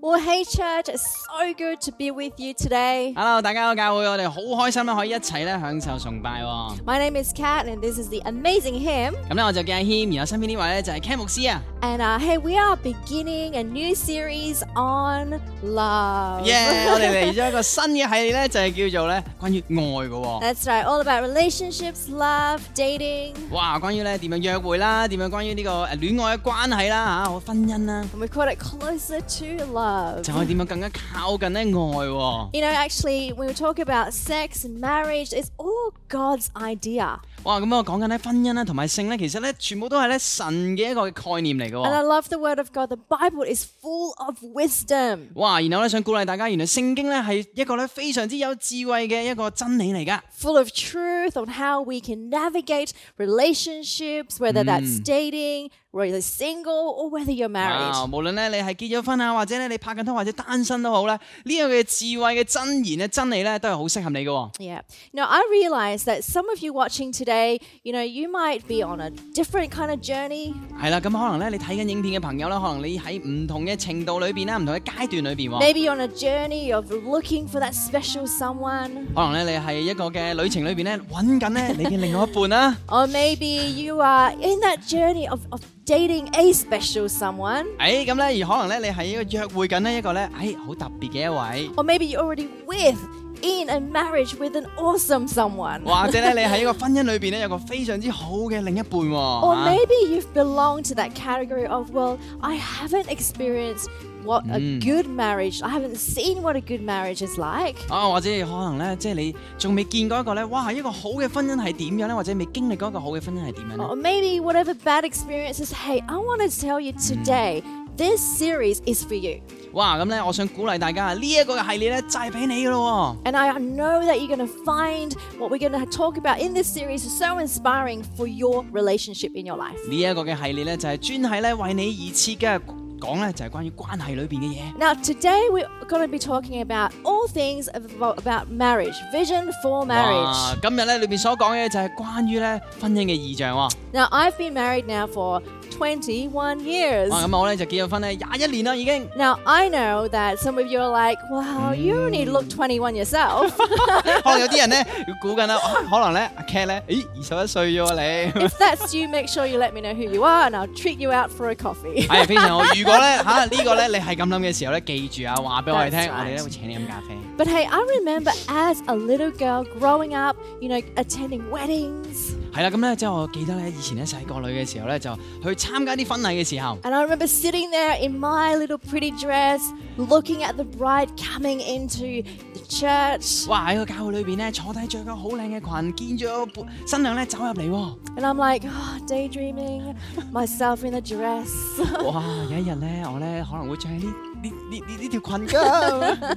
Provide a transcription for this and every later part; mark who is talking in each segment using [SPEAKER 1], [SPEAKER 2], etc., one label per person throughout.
[SPEAKER 1] Well, hey, church, it's so good to be with you today.
[SPEAKER 2] Hello，大家好，教會我哋好開心咧，啊可以一齊咧享受崇拜、喎。
[SPEAKER 1] My name is Kat, and this is the amazing hymn.
[SPEAKER 2] 咁咧我就叫阿谦，而我身邊呢位咧就係 Ken 牧師啊。
[SPEAKER 1] And uh, hey, we are beginning a new series on love.
[SPEAKER 2] 耶！ 我哋嚟咗一個新嘅系列咧，就係叫做咧關於愛嘅、喎。
[SPEAKER 1] That's right, all about relationships, love, dating.
[SPEAKER 2] 哇，關於咧點樣約會啦，點樣關於呢個誒戀愛嘅關係啦嚇，我婚姻啦，
[SPEAKER 1] And we call it Closer to Love.
[SPEAKER 2] 就可以點樣更加靠近咧愛、喎。
[SPEAKER 1] You know, actually, when we talk about sex and marriage, it's all God's idea.
[SPEAKER 2] 哇，咁我啊講緊咧婚姻啦同埋性咧，其實咧全部都係咧神嘅一個概念嚟嘅、
[SPEAKER 1] And I
[SPEAKER 2] 喎。
[SPEAKER 1] love the Word of God. The Bible is full of wisdom.
[SPEAKER 2] 哇！然後咧想鼓勵大家，原來聖經咧係一個咧非常之有智慧嘅一個真理嚟㗎。
[SPEAKER 1] full of truth on how we can navigate relationships, whether that's dating, whether you're single, or whether you're
[SPEAKER 2] 啊，
[SPEAKER 1] married.
[SPEAKER 2] 無論咧你係結咗婚啊，或者咧你拍緊拖或者單身都好咧，呢樣嘅智慧嘅真言咧、真理咧都係好適合你嘅、喎。
[SPEAKER 1] Yeah. Now, I realize that some of you watching today, you know, you might be on a different kind of journey.
[SPEAKER 2] 係啦，咁可能咧你睇緊影片嘅朋友咧，可能你喺唔同嘅程度裏邊啊啦、唔同嘅階段裏邊喎。
[SPEAKER 1] Maybe you're on a journey of looking for that special someone.
[SPEAKER 2] 可能咧你係一個嘅旅程裏邊咧揾緊咧你嘅另外一半啊啦。
[SPEAKER 1] Or maybe you are in that journey of, of dating a special someone.
[SPEAKER 2] 誒哎咁咧，而可能咧你係一個約會緊呢一個咧，誒好特別嘅一位。
[SPEAKER 1] Or maybe you're already with, in a marriage with an awesome someone.
[SPEAKER 2] 或者咧，你喺一個婚姻裏邊咧，有個非常之好嘅另一半喎、
[SPEAKER 1] Or
[SPEAKER 2] 啊
[SPEAKER 1] maybe you've belonged to that category of, well, I haven't experienced what a good marriage, I haven't seen what a good marriage is like.
[SPEAKER 2] 啊，或者可能咧，即係你仲未見過一個咧，哇，一個好嘅婚姻係點樣咧，或者未經歷過一個好嘅婚姻係點樣咧？
[SPEAKER 1] Or maybe whatever bad experiences, hey, I want to tell you today, this series is for you.
[SPEAKER 2] 哇，咁咧，我想鼓勵大家啊，呢、一個嘅系列咧就係俾你噶咯
[SPEAKER 1] And I know that you're going to find what we're going to talk about in this series is so inspiring for your relationship in your life.
[SPEAKER 2] 喎。呢、一個嘅系列咧就係專係咧為你而設嘅，講咧就係關於關係裏邊嘅嘢。
[SPEAKER 1] Now, today we're going to be talking about all things about about marriage, vision for marriage.
[SPEAKER 2] 哇，今日咧裏邊所講嘅就係關於咧婚姻嘅意象喎。
[SPEAKER 1] Now, I've been married now for 21 years.
[SPEAKER 2] 啊哇，咁我咧就結咗婚咧廿一年啦已經。
[SPEAKER 1] Now, I know that some of you are like, wow, you only look 21 yourself.
[SPEAKER 2] 可能有啲人咧估緊啦，啊可能咧阿 Cat 咧，咦二十一歲啫喎你。
[SPEAKER 1] if that's you, make sure you let me know who you are and I'll treat you out for a coffee.
[SPEAKER 2] 係非常好。如果咧嚇呢個咧你係咁諗嘅時候咧，記住啊，話俾我哋聽，
[SPEAKER 1] That's right.
[SPEAKER 2] 我哋咧會請你飲咖啡。
[SPEAKER 1] But hey, I remember as a little girl growing up, you know, attending weddings.
[SPEAKER 2] 係啦，咁咧即係我記得咧，以前咧細個女嘅時候咧，就去參加啲婚禮嘅時候，
[SPEAKER 1] And I remember sitting there in my little pretty dress, looking at the bride coming into the church.
[SPEAKER 2] 哇喺個教會裏邊咧坐低着個好靚嘅裙，見咗個伴新娘咧走入 嚟喎。
[SPEAKER 1] And I'm like, oh, daydreaming, myself in a dress.
[SPEAKER 2] 哇！有一日咧，我咧可能會着呢呢呢呢呢條裙㗎。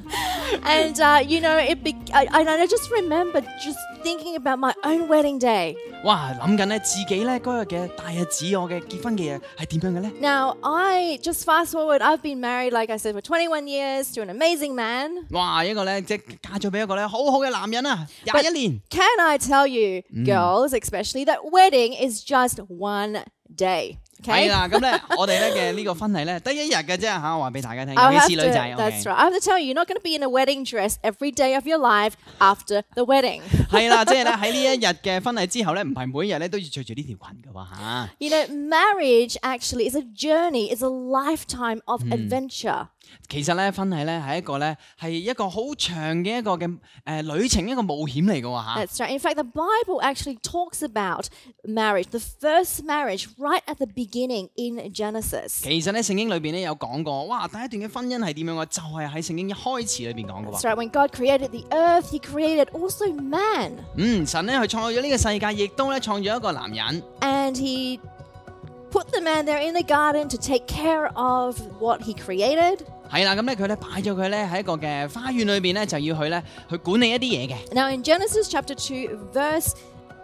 [SPEAKER 1] And uh, you know, it. Be- I, I, I just remember just thinking about my own wedding day.
[SPEAKER 2] 哇！諗緊咧自己咧嗰日嘅大日子，我嘅結婚嘅嘢係點樣嘅咧？
[SPEAKER 1] Now, I just fast forward. I've been married, like I said, for 21 years to an amazing man.
[SPEAKER 2] 哇！一個咧即係嫁咗俾一個咧好好嘅男人啊，廿一年。
[SPEAKER 1] Can I tell you, girls especially, that wedding is just one day?
[SPEAKER 2] 係
[SPEAKER 1] Okay.
[SPEAKER 2] 啦，咁咧我哋咧嘅呢個婚禮咧得一日嘅啫吓，我話俾大家聽，
[SPEAKER 1] I'll
[SPEAKER 2] 尤
[SPEAKER 1] have
[SPEAKER 2] 其
[SPEAKER 1] to,
[SPEAKER 2] 是女仔。
[SPEAKER 1] Oh, that's
[SPEAKER 2] OK
[SPEAKER 1] right. I have to tell you, you're not going to be in a wedding dress every day of your life after the wedding.
[SPEAKER 2] 係啦，即係咧喺呢一日嘅婚禮之後咧，唔係每一日咧都要着住呢條裙嘅喎吓。
[SPEAKER 1] You know, marriage actually is a journey, it's a lifetime of adventure.
[SPEAKER 2] 其實咧婚禮咧係一個咧係一個好長嘅一個嘅誒旅程，一個冒險嚟嘅喎吓。
[SPEAKER 1] That's right. uh, In fact, the Bible actually talks about marriage, the first marriage, right at the beginning in Genesis.
[SPEAKER 2] 其實咧聖經裏邊咧有講過，哇第一段嘅婚姻係點樣嘅，啊就係喺聖經一開始裏邊講嘅
[SPEAKER 1] That's
[SPEAKER 2] 喎。
[SPEAKER 1] right. When God created the earth, He created also man,
[SPEAKER 2] 嗯，神咧佢創造咗呢個世界，亦都咧創造咗一個男人。
[SPEAKER 1] and He put the man there in the garden to take care of what He created.
[SPEAKER 2] 係啦，咁咧佢咧擺咗佢咧喺一個嘅花園裏邊咧，就要去咧去管理一啲嘢嘅。
[SPEAKER 1] Now, in Genesis chapter 2, verse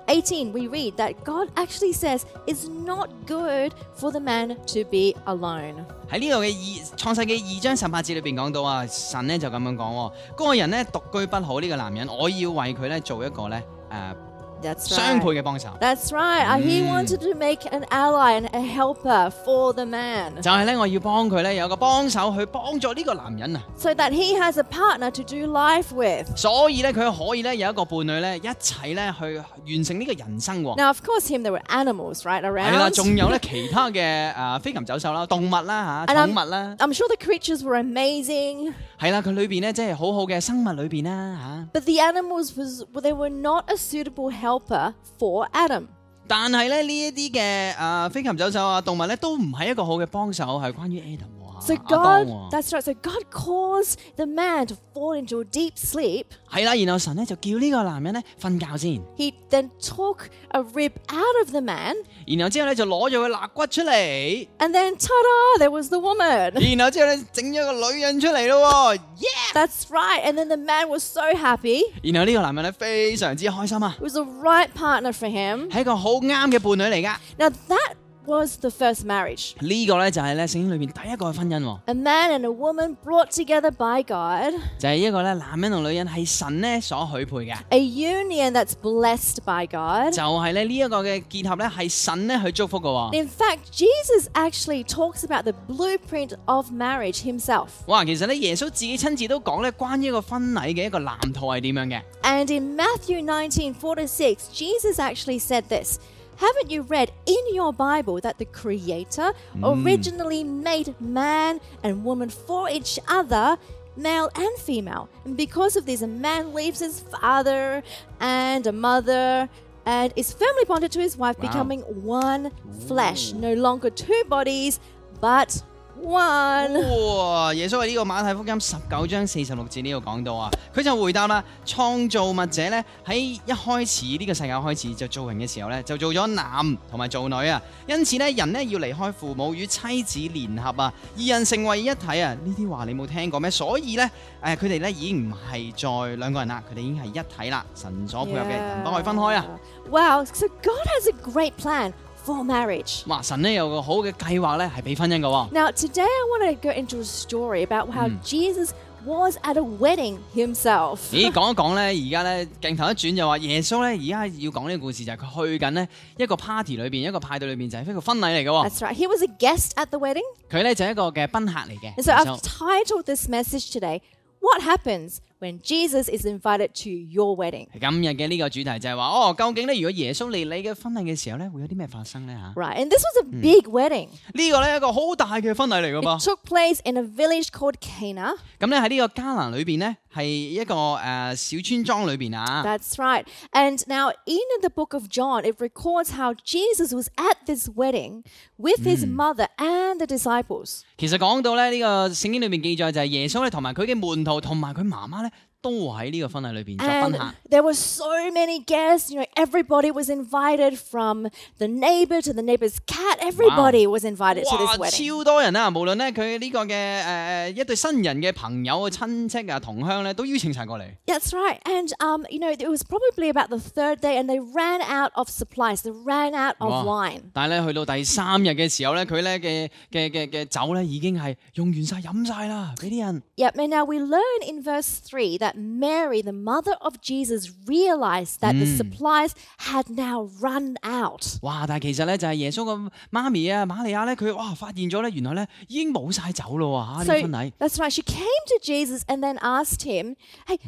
[SPEAKER 1] 18, we read that God actually says it's not good for the man to be alone.
[SPEAKER 2] 喺呢度嘅二創世嘅二章十八節裏邊講到啊，神咧就咁樣講喎，嗰、個人咧獨居不好呢、個男人，我要為佢咧做一個咧誒、呃
[SPEAKER 1] That's
[SPEAKER 2] 相配
[SPEAKER 1] right.
[SPEAKER 2] 嘅幫手。
[SPEAKER 1] That's right. Uh, He
[SPEAKER 2] Mm.
[SPEAKER 1] wanted to make an ally and a helper for the man
[SPEAKER 2] 就係咧，我要幫佢咧有個幫手去幫助呢個男人啊，
[SPEAKER 1] so that he has a partner to do life with.
[SPEAKER 2] 所以咧佢可以咧有一個伴侶咧一齊咧去完成呢個人生喎。
[SPEAKER 1] Now, of course, him, there were animals right
[SPEAKER 2] 係啦，
[SPEAKER 1] around.
[SPEAKER 2] 仲有咧其他嘅誒飛禽走獸啦、動物啦嚇、
[SPEAKER 1] 係啦
[SPEAKER 2] 寵物啦，
[SPEAKER 1] I'm sure the creatures were amazing,
[SPEAKER 2] 係啦，佢裏邊咧即係好好嘅生物裏邊啦
[SPEAKER 1] but the animals was well, they were not a suitable helper for Adam.
[SPEAKER 2] 嚇。但係咧呢一啲嘅誒飛禽走獸啊、動物咧都唔係一個好嘅幫手，係關於 Adam 喎
[SPEAKER 1] So
[SPEAKER 2] 嚇阿當
[SPEAKER 1] God,
[SPEAKER 2] 喎。
[SPEAKER 1] that's right. So God caused the man to fall into a deep sleep.
[SPEAKER 2] 係啦，然後神咧就叫呢個男人咧瞓覺先，
[SPEAKER 1] He then took a rib out of the man,
[SPEAKER 2] 然後之後咧就攞咗個肋骨出嚟，
[SPEAKER 1] and then ta-da! There was the woman.
[SPEAKER 2] 然後之後咧整咗個女人出嚟咯喎，yeah！
[SPEAKER 1] That's right. And then the man was so happy.
[SPEAKER 2] 然後呢個男人咧非常之開心啊，
[SPEAKER 1] It was the right partner for him.
[SPEAKER 2] 係一個好啱嘅伴侶嚟噶。
[SPEAKER 1] Now that was the first marriage.
[SPEAKER 2] 呢、個咧就係咧聖經裏邊第一個嘅婚姻喎，
[SPEAKER 1] A man and a woman brought together by God,
[SPEAKER 2] 就係一個咧男人同女人係神咧所許配嘅，
[SPEAKER 1] a union that's blessed by God.
[SPEAKER 2] 就係咧呢一個嘅結合咧係神咧去祝福嘅喎。
[SPEAKER 1] In fact, Jesus actually talks about the blueprint of marriage himself.
[SPEAKER 2] 哇，其實咧耶穌自己親自都講咧關於一個婚禮嘅一個藍圖係點樣嘅。
[SPEAKER 1] And in Matthew 19 4 to 6, Jesus actually said this Haven't you read in your Bible that the Creator originally made man and woman for each other? Male and female. And because of this, a man leaves his father and a mother and is firmly bonded to his wife,
[SPEAKER 2] Wow.
[SPEAKER 1] becoming one flesh. No longer two bodies, but one.
[SPEAKER 2] 哇！耶穌喺呢個馬太福音十九章四十六節呢度講到啊，佢就回答啦：創造物者呢，喺一開始呢、個世界開始就造人嘅時候呢，就做咗男同埋做女啊。因此呢，人呢要離開父母與妻子聯合啊，二人成為一體啊。呢啲話你冇聽過咩？所以呢，誒佢哋呢已經唔係再兩個人啦，佢哋已經係一體啦。神所配合嘅人不可以分開啊！
[SPEAKER 1] Wow, so God has a great plan for marriage.
[SPEAKER 2] 哇！神呢有個好嘅計劃呢，係俾婚姻嘅喎。
[SPEAKER 1] Now, today I want to go into a story about how Jesus was at a wedding himself.
[SPEAKER 2] 咦，講一講咧，而家咧鏡頭一轉就話耶穌咧，而家要講呢個故事就係佢去緊呢一個 party 裏邊，一個派對裏邊就係一個婚禮嚟嘅喎。
[SPEAKER 1] That's right. He was a guest at the wedding.
[SPEAKER 2] 佢咧就係一個嘅賓客嚟嘅。
[SPEAKER 1] And so
[SPEAKER 2] 耶
[SPEAKER 1] I've
[SPEAKER 2] 穌
[SPEAKER 1] titled this message today, What Happens When Jesus is Invited to Your Wedding?
[SPEAKER 2] 今日嘅呢個主題就係話，哦，究竟咧如果耶穌嚟你嘅婚禮嘅時候咧，會有啲咩發生咧嚇？
[SPEAKER 1] Right. And this was a big wedding.
[SPEAKER 2] 呢個咧一個好大嘅婚禮嚟嘅
[SPEAKER 1] It
[SPEAKER 2] 噃。
[SPEAKER 1] took place in a village called Cana.
[SPEAKER 2] 咁咧喺呢個迦南裏邊呢，係一個誒、呃小村莊裏邊啊。
[SPEAKER 1] That's right. And now, in the book of John, it records how Jesus was at this wedding with his mother and the disciples.
[SPEAKER 2] 其實講到咧呢、個聖經裏面記載就係耶穌咧同埋佢嘅門徒同埋佢媽媽咧都喺呢個婚禮裏邊做賓
[SPEAKER 1] And
[SPEAKER 2] 客。
[SPEAKER 1] there were so many guests. You know, everybody was invited from the neighbor to the neighbor's cat. Everybody was invited to
[SPEAKER 2] 哇！
[SPEAKER 1] this wedding.
[SPEAKER 2] 超多人啊！無論咧佢呢個嘅誒、呃一對新人嘅朋友啊、親戚啊、同鄉咧，都邀請晒過嚟。
[SPEAKER 1] That's right. And, um, you know, it was probably about the third day, and they ran out of supplies. They ran out of
[SPEAKER 2] 哇
[SPEAKER 1] wine.
[SPEAKER 2] 但係咧去到第三日嘅時候咧，佢咧嘅嘅嘅嘅酒咧已經係用完晒、飲晒啦，俾啲人。
[SPEAKER 1] Yep. And now we learn in verse 3 that Mary, the mother of Jesus, realized that the supplies had now run out.
[SPEAKER 2] 哇！但係其實咧就係耶穌個媽咪啊，瑪利亞咧，佢哇發現咗咧，原來咧已經冇晒酒咯喎啊嚇呢個婚
[SPEAKER 1] So
[SPEAKER 2] 禮。
[SPEAKER 1] that's right. She came to Jesus and then asked him, Hey,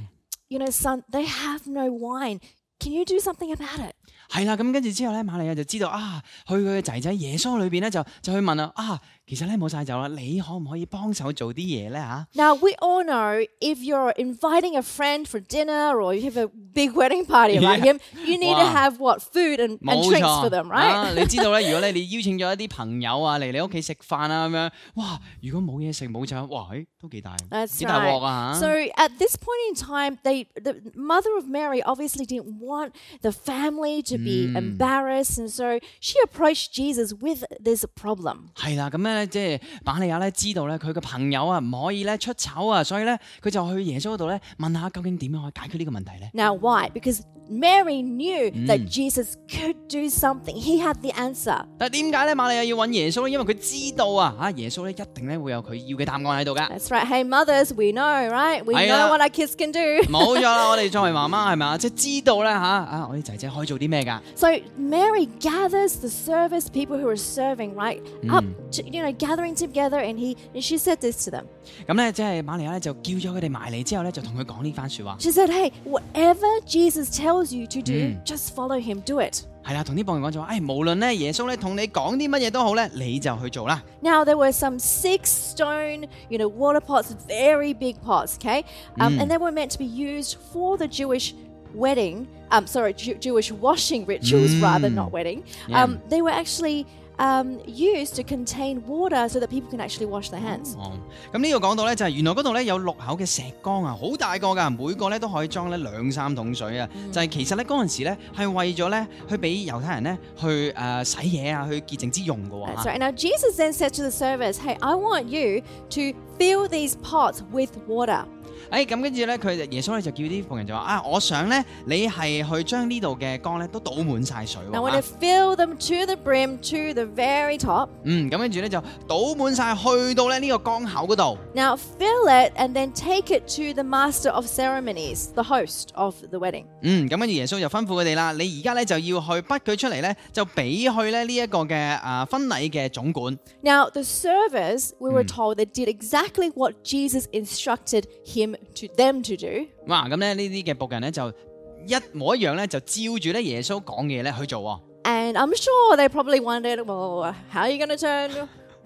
[SPEAKER 1] you know, son, they have no wine. Can you do something about it?
[SPEAKER 2] 係啦，咁跟住之後咧，瑪利亞就知道啊，去佢嘅仔仔耶穌裏邊咧就就去問啦啊，其實咧冇晒酒啦，你可唔可以幫手做啲嘢咧啊嚇？
[SPEAKER 1] Now, we all know if you're inviting a friend for dinner or you have a big wedding party, right,
[SPEAKER 2] Yeah.
[SPEAKER 1] Yim, you need to
[SPEAKER 2] Wow. Ah,
[SPEAKER 1] have what? Food and,
[SPEAKER 2] 冇
[SPEAKER 1] and
[SPEAKER 2] 錯
[SPEAKER 1] drinks for them,
[SPEAKER 2] 啊
[SPEAKER 1] right?
[SPEAKER 2] 你知道咧，如果咧你邀請咗一啲朋友啊嚟你屋企食飯啊咁樣，哇！如果冇嘢食冇酒，哇！咦都幾大
[SPEAKER 1] That's
[SPEAKER 2] 幾大鑊啊
[SPEAKER 1] right.
[SPEAKER 2] 嚇
[SPEAKER 1] So at this point in time, they the mother of Mary obviously didn't want the family
[SPEAKER 2] Hmm.
[SPEAKER 1] to be embarrassed, and so she approached Jesus with this problem.
[SPEAKER 2] 係啦，咁咧咧，即係瑪利亞咧知道咧佢嘅朋友啊唔可以咧出醜啊，所以咧佢就去耶穌嗰度咧問下究竟點樣去解決呢個問題咧？
[SPEAKER 1] Now, why? Because Mary knew that Jesus could do something, he had the answer.
[SPEAKER 2] 但係點解咧瑪利亞要揾耶穌咧？因為佢知道啊，啊耶穌咧一定咧會有佢要嘅答案喺度㗎。
[SPEAKER 1] That's right. Hey, mothers, we know, right? We
[SPEAKER 2] Hey,
[SPEAKER 1] know
[SPEAKER 2] uh,
[SPEAKER 1] what our kids can do.
[SPEAKER 2] 冇錯啦，我 哋作為媽媽係咪啊？即係知道咧吓啊，我啲仔仔可以做啲咩㗎？
[SPEAKER 1] So Mary gathers the service people who are serving, right? Up to, you know, gathering together and he and she said this to them.
[SPEAKER 2] 咁咧即係瑪利亞咧就叫咗佢哋埋嚟之後咧，就同佢講呢番説話。
[SPEAKER 1] She said, Hey, whatever Jesus tells you to do, just follow him, do it.
[SPEAKER 2] 係啦，同啲僕人講就話，誒，無論咧耶穌咧同你講啲乜嘢都好咧，你就去做啦。
[SPEAKER 1] Now there were some six stone, you know, water pots, very big pots, okay, um, and they were meant to be used for the Jewish wedding. Um, sorry, Jew- Jewish washing rituals rather, not wedding. Um, they were actually um, used to contain water so that people can actually wash their hands.
[SPEAKER 2] 哦，咁呢度講到咧就係原來嗰度咧有六口嘅石缸啊，好大個噶，每個咧都可以裝咧兩三桶水啊。
[SPEAKER 1] 嗯
[SPEAKER 2] 就係其實咧嗰陣時咧係為咗咧去俾猶太人咧去誒、呃洗嘢啊，去潔淨之用噶喎、
[SPEAKER 1] That's right. Now Jesus then said to the servers, "Hey, I want you to fill these pots with water."
[SPEAKER 2] 誒哎咁跟住咧，佢就耶穌咧就叫啲僕人就話啊，我想咧你係去將呢度嘅缸咧都倒滿晒水
[SPEAKER 1] Now I want
[SPEAKER 2] 喎、
[SPEAKER 1] to
[SPEAKER 2] 啊。
[SPEAKER 1] fill them to the brim, to the very top.
[SPEAKER 2] 嗯，咁跟住咧就倒滿晒，去到咧呢個缸口嗰度。
[SPEAKER 1] Now fill it and then take it to the master of ceremonies, the host of the wedding.
[SPEAKER 2] 嗯，咁跟住耶穌就吩咐佢哋啦，你而家咧就要去逼佢出嚟咧，就俾去咧呢一個嘅啊婚禮嘅總管。
[SPEAKER 1] Now the servers, we were told, they did exactly what Jesus instructed him to them to do.
[SPEAKER 2] 哇！咁咧呢啲嘅仆人咧就一模一樣咧，就照住咧耶穌講嘅嘢咧去做喎。
[SPEAKER 1] And I'm sure they probably wondered, well, how are you going to turn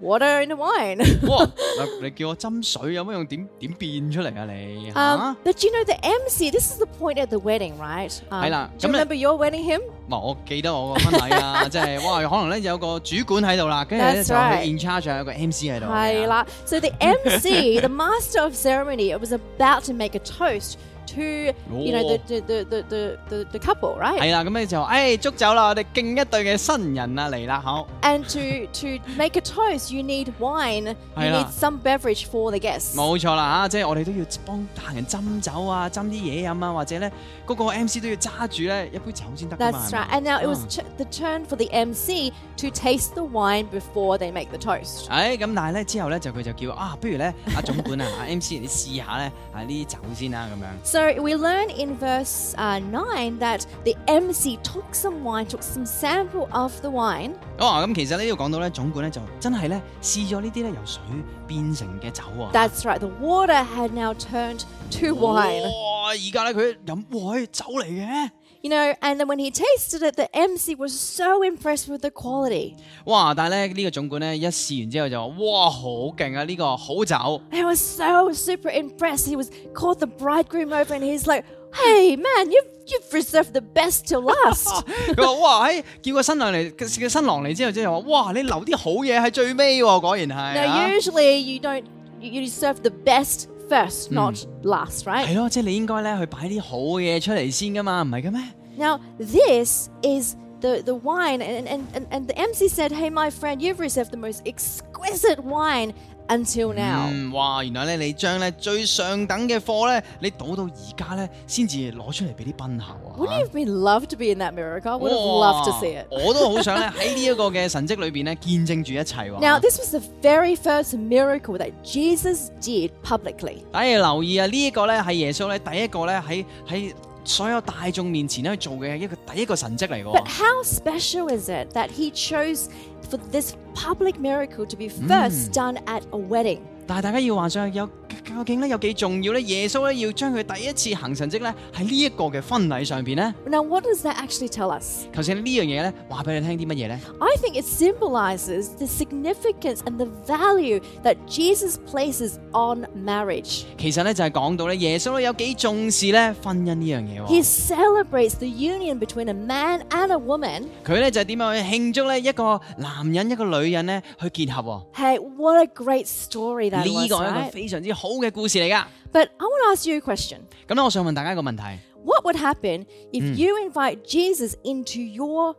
[SPEAKER 1] water into wine?
[SPEAKER 2] 哇！嗱你叫我斟水啊有乜用？點點變出嚟啊你？嚇、
[SPEAKER 1] Um, but you know, the MC, this is the point at the wedding, right? Um,
[SPEAKER 2] Ayla,
[SPEAKER 1] do you
[SPEAKER 2] come le-
[SPEAKER 1] remember your wedding hymn?
[SPEAKER 2] 哇我記得我個婚 禮啊，即係哇，可能咧有個主管喺度啦，跟住咧
[SPEAKER 1] That's
[SPEAKER 2] 就
[SPEAKER 1] right.
[SPEAKER 2] 去 in charge 有個 MC 喺度。
[SPEAKER 1] Ayla. So the MC, the master of ceremony, was about to make a toast to, you know,
[SPEAKER 2] Oh.
[SPEAKER 1] the, the, the, the, the, the, the couple,
[SPEAKER 2] 係
[SPEAKER 1] right?
[SPEAKER 2] 啦，咁咧就誒捉走啦，我哋敬一對嘅新人啊嚟啦，好。
[SPEAKER 1] And to, to make a toast, you need wine, you
[SPEAKER 2] Ayla.
[SPEAKER 1] need some beverage for the guests.
[SPEAKER 2] 冇錯啦啊嚇，即係我哋都要幫大人斟酒啊，斟啲嘢飲啊，或者咧嗰個 MC 都要揸住咧一杯酒先得㗎嘛。
[SPEAKER 1] That's
[SPEAKER 2] 係
[SPEAKER 1] right.
[SPEAKER 2] 咪
[SPEAKER 1] And now it was
[SPEAKER 2] 啊
[SPEAKER 1] t- the turn for the MC to taste the wine before they make the toast.
[SPEAKER 2] 誒哎咁，但係咧之後咧就佢就叫啊，不如咧阿總 管啊，阿 MC 你試下咧啊呢啲酒先啦咁樣。
[SPEAKER 1] So we learn in verse uh, 9 that the MC took some wine, took some sample of the wine.
[SPEAKER 2] 哦，咁其實呢度講到咧，總管咧就真係咧試咗呢啲咧由水變成嘅酒啊喎。
[SPEAKER 1] That's right, the water had now turned to wine.
[SPEAKER 2] 哇！而家咧佢飲哇係酒嚟嘅，
[SPEAKER 1] You know, and then when he tasted it, the MC was so impressed with the quality.
[SPEAKER 2] 哇！但係咧呢個總管咧一試完之後就話哇好勁啊！呢個好酒。
[SPEAKER 1] He was so super impressed. He was called the bridegroom over and he's like, Hey man, you've you've reserved the best till last.
[SPEAKER 2] 佢話：哇，喺叫個新娘嚟，叫個新郎嚟之後，即係話：哇，你留啲好嘢喺最尾喎，果然係
[SPEAKER 1] now
[SPEAKER 2] 啊。
[SPEAKER 1] usually you don't you you serve the best first, not last, right?
[SPEAKER 2] 啊係咯，即係你應該咧去擺啲好嘢出嚟先噶嘛，唔係嘅咩？
[SPEAKER 1] Now, this is the, the wine, and, and, and, and the MC said, Hey, my friend, you've received the most exquisite wine until now.
[SPEAKER 2] 嗯，哇，原來咧你將咧最上等嘅貨咧，你倒到而家咧先至攞出嚟俾啲賓客啊。
[SPEAKER 1] Wouldn't you have been loved to be in that miracle? I would have
[SPEAKER 2] 哇
[SPEAKER 1] loved to see it.
[SPEAKER 2] 我都好想咧喺呢一個嘅神蹟裏邊咧見證住一切喎。
[SPEAKER 1] Now, this was the very first miracle that Jesus did publicly.
[SPEAKER 2] 大家留意啊！呢、一個咧係耶穌咧第一個咧喺喺所有大眾面前咧去做嘅一個第一個神蹟嚟嘅喎
[SPEAKER 1] But。how special is it that he chose for this public miracle to be first done at a wedding?
[SPEAKER 2] 但係大家要幻想有究竟咧有幾重要咧？耶穌咧要將佢第一次行神蹟咧喺呢一個嘅婚禮上邊咧，
[SPEAKER 1] Now, what does that actually tell us?
[SPEAKER 2] 頭先呢樣嘢咧話俾你聽啲乜嘢咧？
[SPEAKER 1] I think it symbolizes the significance and the value that Jesus places on marriage.
[SPEAKER 2] 其實咧就係講到咧耶穌咧有幾重視咧婚姻呢樣嘢
[SPEAKER 1] He
[SPEAKER 2] 喎。
[SPEAKER 1] celebrates the union between a man and a woman.
[SPEAKER 2] 佢咧就係點樣去慶祝咧一個男人一個女人咧去結合
[SPEAKER 1] Hey, what a great story
[SPEAKER 2] 喎？
[SPEAKER 1] that
[SPEAKER 2] 呢
[SPEAKER 1] was,
[SPEAKER 2] 個係一個
[SPEAKER 1] right?
[SPEAKER 2] 非常之好嘅故事嚟噶。
[SPEAKER 1] But I want to ask you a question.
[SPEAKER 2] 咁咧，我想問大家一個問題：
[SPEAKER 1] What would happen if you invite Jesus into your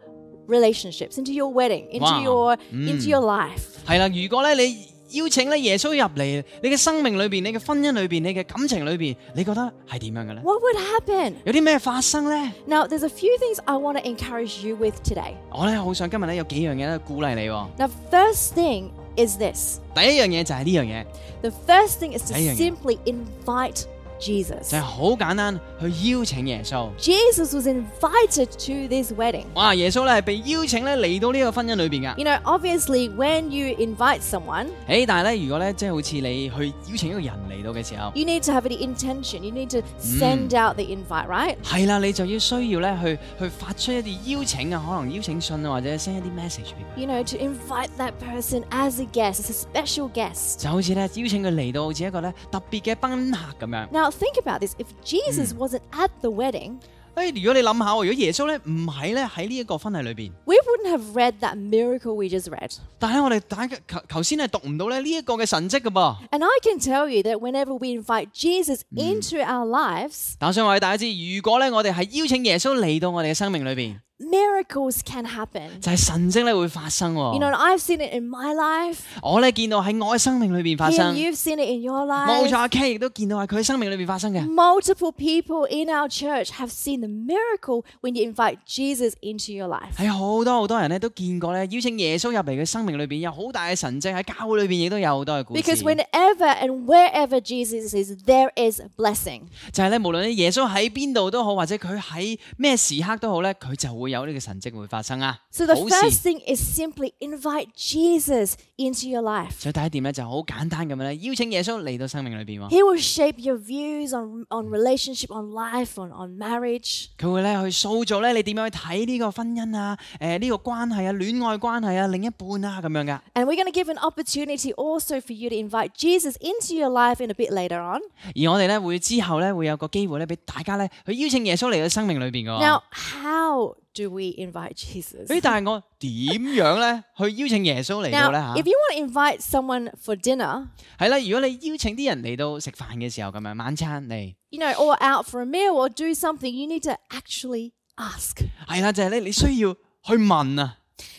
[SPEAKER 1] relationships, into your wedding, into
[SPEAKER 2] Wow.
[SPEAKER 1] your
[SPEAKER 2] Mm.
[SPEAKER 1] into your life.
[SPEAKER 2] 係啦，如果咧你邀請咧耶穌入嚟，你嘅生命裏邊、你嘅婚姻裏邊、你嘅感情裏邊，你覺得係點樣嘅咧？
[SPEAKER 1] What would happen?
[SPEAKER 2] 有啲咩發生咧？
[SPEAKER 1] Now, there's a few things I want to encourage you with today.
[SPEAKER 2] 我咧好想今日咧有幾樣嘢咧鼓勵你喎。
[SPEAKER 1] Now, first thing is this.
[SPEAKER 2] 第一樣嘢就係呢樣嘢，
[SPEAKER 1] The first thing is to
[SPEAKER 2] Ayun.
[SPEAKER 1] simply invite Jesus.
[SPEAKER 2] 就係好簡單去邀請耶穌。
[SPEAKER 1] Jesus was invited to this wedding.
[SPEAKER 2] 哇！耶穌咧係被邀請咧嚟到呢個婚姻裏邊噶。
[SPEAKER 1] You know, obviously, when you invite someone,
[SPEAKER 2] 誒，但係咧，如果咧即係好似你去邀請一個人嚟到嘅時候，
[SPEAKER 1] you need to have the intention. You need to send out the invite, right?
[SPEAKER 2] 係啦，你就要需要咧去去發出一啲邀請啊，可能邀請信啊，或者 send 一啲 message 俾佢。
[SPEAKER 1] You know, to invite that person as a guest, as a special guest.
[SPEAKER 2] 就好似咧邀請佢嚟到，好似一個咧特別嘅賓客咁樣。
[SPEAKER 1] Now, think about this. If Jesus wasn't at the wedding,
[SPEAKER 2] 诶、如果你諗下喎，如果耶穌咧唔喺咧喺呢一個婚禮裏边，
[SPEAKER 1] we wouldn't have read that miracle we just read.
[SPEAKER 2] 但係咧我哋大家頭頭先係讀唔到咧呢一個嘅神迹噶噃。
[SPEAKER 1] And I can tell you that whenever we invite Jesus into our lives,
[SPEAKER 2] 但我想話俾大家知，如果咧我哋係邀請耶穌嚟到我哋嘅生命裏边，
[SPEAKER 1] miracles can happen.
[SPEAKER 2] 就係神迹咧會發生、喎。
[SPEAKER 1] You know, and I've seen it in my life.
[SPEAKER 2] 我咧見到喺我嘅生命裏边發
[SPEAKER 1] Kim,
[SPEAKER 2] 生，
[SPEAKER 1] you've seen it in your
[SPEAKER 2] 冇
[SPEAKER 1] life.
[SPEAKER 2] 錯，阿 K 亦都見到喺佢生命裏边發生嘅。
[SPEAKER 1] Multiple people in our church have seen the miracle when you invite Jesus into your life.
[SPEAKER 2] 喺好多好多人咧都見過咧，邀請耶穌入嚟佢生命裏边有好大嘅神迹，喺教會裏边亦都有好多嘅故事。
[SPEAKER 1] Because whenever and wherever Jesus is, there is blessing.
[SPEAKER 2] 就係咧，無論咧耶穌喺邊度都好，或者佢喺咩時刻都好咧，佢就會有呢個神迹會發生啊。
[SPEAKER 1] So the
[SPEAKER 2] 好
[SPEAKER 1] first
[SPEAKER 2] 事
[SPEAKER 1] thing is simply invite Jesus into your life.
[SPEAKER 2] 所以第一點咧就好簡單咁樣咧，邀請耶穌嚟到生命裏邊喎，
[SPEAKER 1] He will shape your views on, on relationship, on life, on, on marriage.
[SPEAKER 2] 佢會咧去塑造咧你點樣去睇呢個婚姻啊，誒、呢、個關係啊、戀愛關係啊、另一半啊咁樣噶。
[SPEAKER 1] And we're going to give an opportunity also for you to invite Jesus into your life in a bit later on.
[SPEAKER 2] 而我哋咧會之後咧會有個機會咧俾大家咧去邀請耶穌嚟到生命裏邊噶。
[SPEAKER 1] Now, how do we invite Jesus?
[SPEAKER 2] 誒，但係我點樣咧去邀請耶穌嚟到咧
[SPEAKER 1] Now,
[SPEAKER 2] 嚇
[SPEAKER 1] if？you want to invite someone for dinner,
[SPEAKER 2] 係啦，如果你邀請啲人嚟到食飯嘅時候咁樣晚餐嚟，
[SPEAKER 1] you know, or out for a meal or do something, you need to actually ask.
[SPEAKER 2] 係啦，就係、咧你需要去問啊。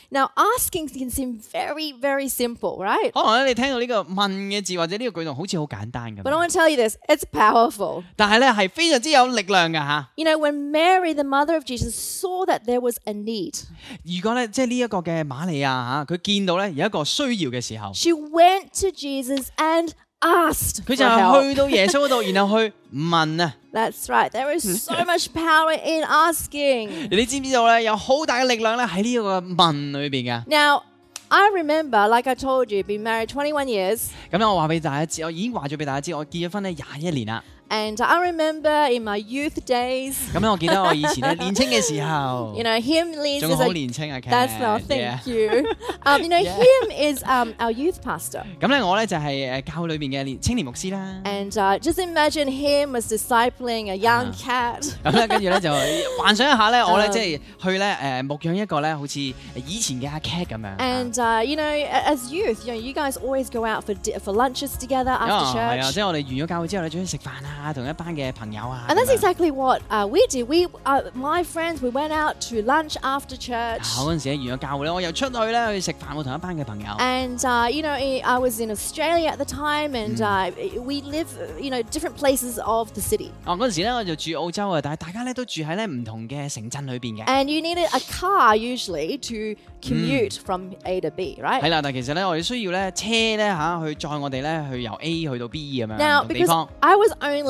[SPEAKER 1] Now, asking can seem very, very simple, right?
[SPEAKER 2] 可能咧你聽到呢個問嘅字或者呢個舉動好似好簡單
[SPEAKER 1] But I
[SPEAKER 2] 咁，
[SPEAKER 1] want to tell you this it's powerful.
[SPEAKER 2] 但係咧係非常之有力量噶嚇。
[SPEAKER 1] You know, when Mary, the mother of Jesus, saw that there was a need,
[SPEAKER 2] 如果咧，即係呢一個嘅瑪利亞吓，佢見到咧有一個需要嘅時候，
[SPEAKER 1] she went to Jesus and asked
[SPEAKER 2] 佢
[SPEAKER 1] for
[SPEAKER 2] 就
[SPEAKER 1] help.
[SPEAKER 2] 去到耶穌嗰度，然後去問啊。
[SPEAKER 1] That's right. There is so much power in asking.
[SPEAKER 2] 你知唔知道咧？有好大嘅力量咧喺呢個問裏邊
[SPEAKER 1] Now, I remember, like I told you, been married 21 years.
[SPEAKER 2] 嘅。咁我話俾大家知，我已經話咗俾大家知，我結咗婚咧廿一年啦。
[SPEAKER 1] And I remember in my youth days,
[SPEAKER 2] 咁咧，我記得我以前咧年青嘅時候
[SPEAKER 1] you，know, him leads
[SPEAKER 2] 仲
[SPEAKER 1] is
[SPEAKER 2] 好
[SPEAKER 1] a
[SPEAKER 2] 年青啊。Kat，
[SPEAKER 1] That's not.
[SPEAKER 2] yeah
[SPEAKER 1] Thank you. Um, you know,
[SPEAKER 2] Yeah.
[SPEAKER 1] him is um, our youth pastor,
[SPEAKER 2] 咁咧，我咧就係誒教會裏邊嘅年青年牧師啦。
[SPEAKER 1] and uh, just imagine him was discipling a young
[SPEAKER 2] Uh-huh.
[SPEAKER 1] cat.
[SPEAKER 2] 咁咧，跟住 咧就幻想一下咧，我咧
[SPEAKER 1] 嗯
[SPEAKER 2] 即係去咧誒牧養一個咧好似以前嘅阿 Cat 咁樣。
[SPEAKER 1] And uh, you know, a- as youth, you know, you guys always go out for di- for lunches together
[SPEAKER 2] 啊，
[SPEAKER 1] after
[SPEAKER 2] 係啊，
[SPEAKER 1] church,
[SPEAKER 2] 即係我哋完咗教會之後咧，仲要食飯啊，同一班嘅朋友啊。
[SPEAKER 1] and that's
[SPEAKER 2] 咁樣
[SPEAKER 1] exactly what uh, we did. We, uh, my friends, we went out to lunch after church.
[SPEAKER 2] 啊我嗰陣時咧完咗教會咧，我又出去咧去食飯，我同一班嘅朋友。
[SPEAKER 1] And uh, you know, I I was in Australia at the time, and uh, we live, you know, different places of the city.
[SPEAKER 2] 我哦嗰陣時咧我就住澳洲啊，但係大家咧都住喺咧唔同嘅城鎮裏邊嘅。
[SPEAKER 1] And you needed a car usually to commute from A to B, right?
[SPEAKER 2] 係啦，但係其實咧我哋需要咧車咧嚇去載我哋咧去由 A 去到 B 咁樣
[SPEAKER 1] Now,
[SPEAKER 2] 唔同地
[SPEAKER 1] because
[SPEAKER 2] 方。
[SPEAKER 1] I was only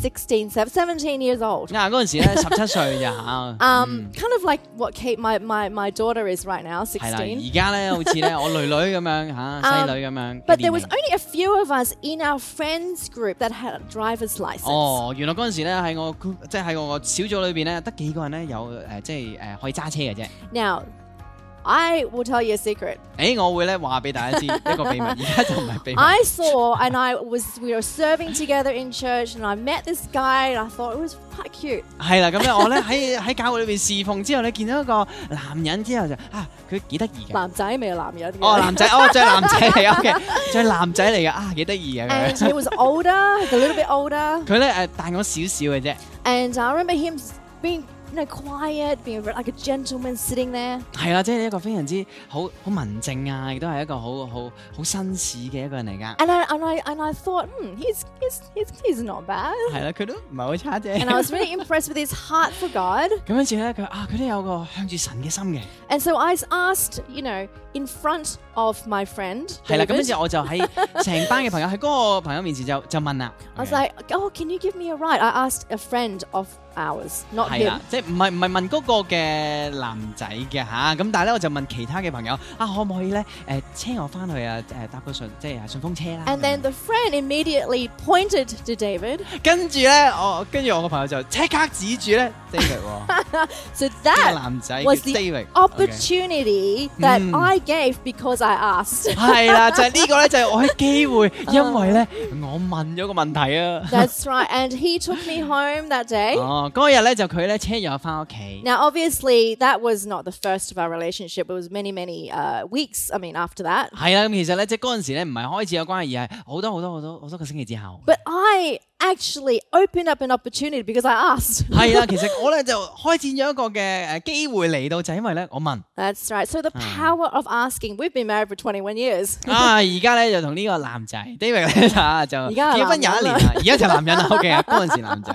[SPEAKER 1] 16, 17, 17 years old,
[SPEAKER 2] 嗱啊嗰陣時 咧十七歲咋嚇。嗯
[SPEAKER 1] um, kind of like what Kate, my, my, my daughter is right now,
[SPEAKER 2] 係啦，
[SPEAKER 1] 16.
[SPEAKER 2] 而家咧好似咧我女女咁樣 嚇，細女咁樣嘅
[SPEAKER 1] Um, But
[SPEAKER 2] 年
[SPEAKER 1] there was
[SPEAKER 2] 齡
[SPEAKER 1] only a few of us in our friends group that had a driver's license.
[SPEAKER 2] 哦，原來嗰陣時咧喺我 group- 即係喺我小組裏邊咧，得幾個人咧有誒、呃即係誒、呃可以揸車嘅啫。
[SPEAKER 1] Now, I will tell you a secret.
[SPEAKER 2] 誒、我會咧話俾大家知一個 秘密，而家就唔係秘密。
[SPEAKER 1] I saw, and I was, we were serving together in church, and I met this guy, and I thought it was quite cute.
[SPEAKER 2] 係啦，咁咧我咧喺喺教會裏邊侍奉之後咧，見到一個男人之後就啊，佢幾得意嘅。
[SPEAKER 1] 男仔未有男人嘅。
[SPEAKER 2] 哦， 男仔，哦，就係男仔嚟嘅，OK，就係男仔嚟嘅，啊，幾得意嘅佢
[SPEAKER 1] and。he was older, a little bit older.
[SPEAKER 2] 佢咧誒大我少少嘅啫，
[SPEAKER 1] And I remember him being you know, quiet, being like a gentleman sitting there.
[SPEAKER 2] 係啦，即係一個非常之好好文靜啊，亦都係一個好好好紳士嘅一個人嚟㗎。
[SPEAKER 1] And I and I and I thought, hmm, he's he's he's, he's not bad.
[SPEAKER 2] 係啦，佢都唔係好差
[SPEAKER 1] 哎 And I
[SPEAKER 2] 啫。
[SPEAKER 1] was really impressed with his heart for God.
[SPEAKER 2] 咁跟住咧，佢啊，佢都有個向住神嘅心嘅。
[SPEAKER 1] And so I asked, you know, in front of my friend.
[SPEAKER 2] 係啦，咁
[SPEAKER 1] David,
[SPEAKER 2] 跟住我就喺成班嘅朋友喺嗰個朋友面前就嗯就問啦。
[SPEAKER 1] I was like, oh, can you give me a ride? I asked a friend of ours, not
[SPEAKER 2] 係
[SPEAKER 1] him.
[SPEAKER 2] 啦，即係唔係唔係問嗰個嘅男仔嘅吓，咁但係咧我就問其他嘅朋友啊，可唔可以咧誒車我翻去啊誒搭個順即係順風車啦。
[SPEAKER 1] And then the friend immediately pointed to David.
[SPEAKER 2] 跟住咧，我跟住我個朋友就即刻指住咧 David 喎， 呢
[SPEAKER 1] So
[SPEAKER 2] 個
[SPEAKER 1] that
[SPEAKER 2] 男仔叫
[SPEAKER 1] was the
[SPEAKER 2] David。
[SPEAKER 1] opportunity that
[SPEAKER 2] Mm.
[SPEAKER 1] I gave because I asked.
[SPEAKER 2] 係啦，就係呢個咧，就係我嘅機會，因為咧我問咗個問題啊。
[SPEAKER 1] That's right. And he took me home that day.
[SPEAKER 2] 哦，嗰日咧就佢咧車咗我翻屋企。
[SPEAKER 1] Now, obviously, that was not the first of our relationship. It was many, many uh, weeks, I mean, after that.
[SPEAKER 2] 係啦，咁其實咧，即係嗰陣時咧，唔係開始有關係，而係好多好多好多好多個星期之後。
[SPEAKER 1] But I actually opened up an opportunity because I asked.
[SPEAKER 2] 係啦，其實我咧就開展咗一個嘅誒呃機會嚟到，就係因為咧 我問
[SPEAKER 1] That's right. So, the power of asking. We've been married for 21 years.
[SPEAKER 2] 啊，而家咧就同呢個男仔 David 咧就啊就
[SPEAKER 1] 而家係
[SPEAKER 2] 結婚廿
[SPEAKER 1] 男人
[SPEAKER 2] 一年
[SPEAKER 1] 啦
[SPEAKER 2] 啦，而家就男人啦，OK 啊，嗰陣時男仔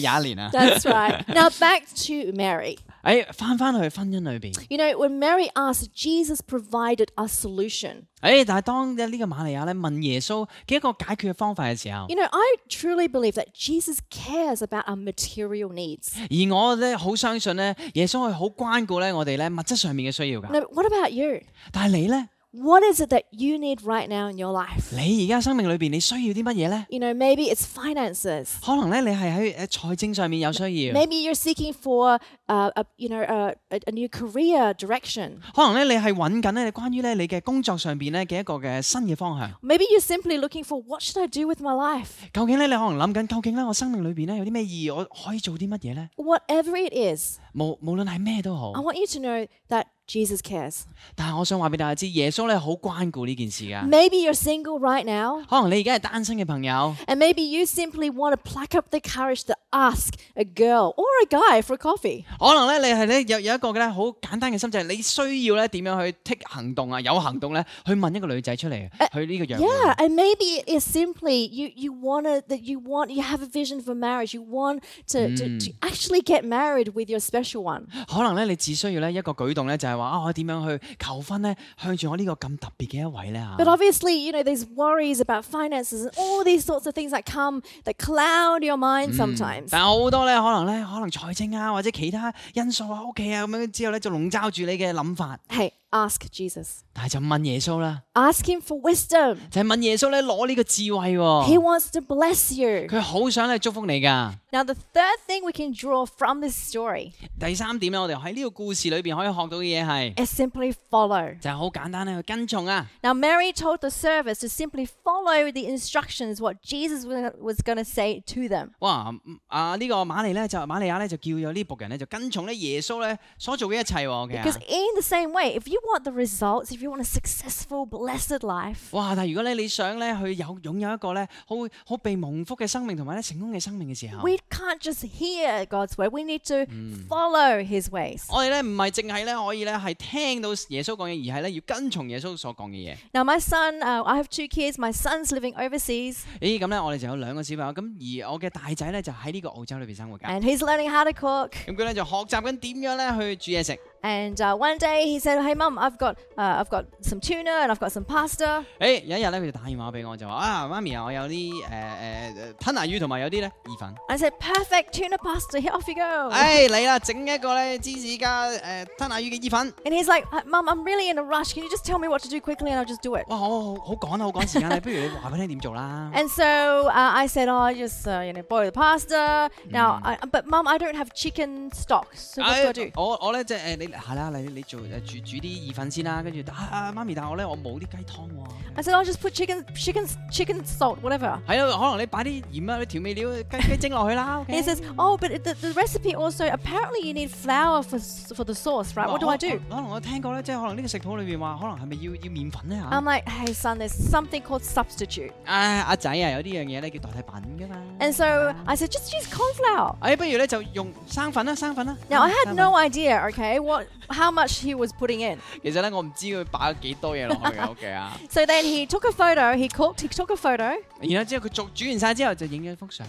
[SPEAKER 2] 廿一年啊啦，
[SPEAKER 1] That's right. now, back to Mary.
[SPEAKER 2] 誒翻翻去婚姻裏邊，
[SPEAKER 1] You know, when Mary asked, Jesus provided a solution.
[SPEAKER 2] 誒哎但係當呢個瑪利亞咧問耶穌嘅一個解決嘅方法嘅時候，
[SPEAKER 1] You know, I truly believe that Jesus cares about our material needs.
[SPEAKER 2] 而我咧好相信咧耶穌係好關顧咧我哋咧物質上面嘅需要㗎，
[SPEAKER 1] Now, what about you?
[SPEAKER 2] 但係你咧，
[SPEAKER 1] What is it that you need right now in your life?
[SPEAKER 2] 你而家生命裏邊你需要啲乜嘢咧？
[SPEAKER 1] You know, maybe it's finances.
[SPEAKER 2] 可能咧你係喺誒財政上面有需要。
[SPEAKER 1] Maybe you're seeking for, uh, a, you know, a, a- a new career direction.
[SPEAKER 2] 可能咧，你係揾緊咧，你關於咧你嘅工作上邊咧嘅一個嘅新嘅方向。
[SPEAKER 1] Maybe you're simply looking for what should I do with my life?
[SPEAKER 2] 究竟咧，你可能諗緊，究竟咧我生命裏邊咧有啲咩意義，我可以做啲乜嘢咧？
[SPEAKER 1] Whatever it is,
[SPEAKER 2] 無無論係咩都好
[SPEAKER 1] I，want you to know that Jesus cares.
[SPEAKER 2] 但係我想話俾大家知，耶穌咧好關顧呢件事噶。
[SPEAKER 1] Maybe you're single right now,
[SPEAKER 2] 可能你而家係單身嘅朋友，
[SPEAKER 1] and maybe you simply want to pluck up the courage to ask a girl or a guy for coffee.
[SPEAKER 2] 可能咧你係咧有有一個嘅咧好簡單嘅心，就係你需要咧點樣去 take 行動啊，有行動咧去問一個女仔出嚟，去呢個約會。
[SPEAKER 1] Yeah, and maybe it is simply you you want to that you want you have a vision for marriage. You want to, to, to actually get married with your special one.
[SPEAKER 2] 可能咧你只需要咧一個舉動咧，就係話啊，我點樣去求婚咧，向住我呢個咁特別嘅一位啊咧嚇
[SPEAKER 1] But obviously, you know, there's worries about finances and all these sorts of things that come that cloud your mind sometimes.
[SPEAKER 2] 但好多咧，可能咧，可能財政啊，或者其他因素啊、屋企啊咁樣之後咧，就籠罩住你嘅諗法。
[SPEAKER 1] Hey, ask Jesus.
[SPEAKER 2] 但係就問耶穌啦，
[SPEAKER 1] Ask him for wisdom.
[SPEAKER 2] 就係、問耶穌咧攞呢個智慧喎、
[SPEAKER 1] He wants to bless you.
[SPEAKER 2] 佢好想咧祝福你㗎。
[SPEAKER 1] Now, the third thing we can draw from this story
[SPEAKER 2] 第三點咧，我哋喺呢個故事裏邊可以學到嘅嘢係，
[SPEAKER 1] is simply follow.
[SPEAKER 2] 就係、好簡單咧去跟從啊。
[SPEAKER 1] Now, Mary told the servants to simply follow the instructions what Jesus wa- was going to say to them.
[SPEAKER 2] 哇！嗯啊呢、個瑪利咧就瑪利亞咧就叫咗呢僕人咧就跟從咧耶穌咧所做嘅一切喎啊嘅
[SPEAKER 1] Because in the same way, if you want the results, if you want a successful, blessed life,
[SPEAKER 2] 哇！但係如果咧你想咧去有擁有一個咧好好被蒙福嘅生命同埋咧成功嘅生命嘅時候。
[SPEAKER 1] we can't just hear God's way. We need to follow his ways.
[SPEAKER 2] 我哋咧唔係淨係咧可以咧係聽到耶穌講嘢，而係咧要跟從耶穌所講嘅嘢。
[SPEAKER 1] Now, my son, uh, I have two kids. My son's living overseas
[SPEAKER 2] 咦，咁咧我哋就有兩個小朋友，咁而我嘅大仔咧就喺呢個澳洲裏邊生活㗎。
[SPEAKER 1] and he's learning how to cook.
[SPEAKER 2] 咁佢咧就學習緊點樣咧去煮嘢食。
[SPEAKER 1] And uh, one day he said, "Hey, mum, I've got uh, I've got some tuna and I've got some pasta."
[SPEAKER 2] 誒有一日咧佢就打電話俾我，就話啊媽咪啊，我有啲誒誒吞拿魚同埋有啲咧意粉。
[SPEAKER 1] I said, "Perfect tuna pasta. Here, off you go."
[SPEAKER 2] 誒嚟啦，整一個咧芝士加誒吞拿魚嘅意粉。
[SPEAKER 1] and he's like, "Uh, "Mum, I'm really in a rush. Can you just tell me what to do quickly and I'll just do it?"
[SPEAKER 2] 哇，我好好趕啊，好趕時間啊，不如你話俾你點做啦。
[SPEAKER 1] And so uh, I said, "Oh, I just uh, you know boil the pasta." Now, I, but mum, I don't have chicken stock, so what do I do?
[SPEAKER 2] 啊我我咧即係誒你你係啦，你你做誒煮煮啲意粉先啦，跟住啊媽咪，但係我咧我冇啲雞湯喎。
[SPEAKER 1] I said, I'll just put chicken, chicken, chicken salt, whatever.
[SPEAKER 2] 係咯，可能你擺啲鹽啊、啲調味料、雞雞精落去啦。
[SPEAKER 1] And he says, oh, but the, the recipe also, apparently you need flour for, s- for the sauce, right? What do I
[SPEAKER 2] 我
[SPEAKER 1] do?
[SPEAKER 2] 可能我聽過咧，即係可能呢個食譜裏邊話，可能係咪要要麵粉咧嚇
[SPEAKER 1] I'm？like, hey, son, there's something called substitute.
[SPEAKER 2] 啊阿仔啊，有呢樣嘢咧叫代替品噶嘛。
[SPEAKER 1] And so I said, just use corn flour.
[SPEAKER 2] 哎，不如咧就用生粉啦，生粉啦。
[SPEAKER 1] Now I had
[SPEAKER 2] 生粉
[SPEAKER 1] no idea, okay, what, how much he was putting in.
[SPEAKER 2] 其實咧我唔知佢擺咗幾多嘢落去嘅 OK 啊。
[SPEAKER 1] So then he took a photo, he cooked, he took a photo,
[SPEAKER 2] 然後之後佢煮煮完晒之後就影咗幅相。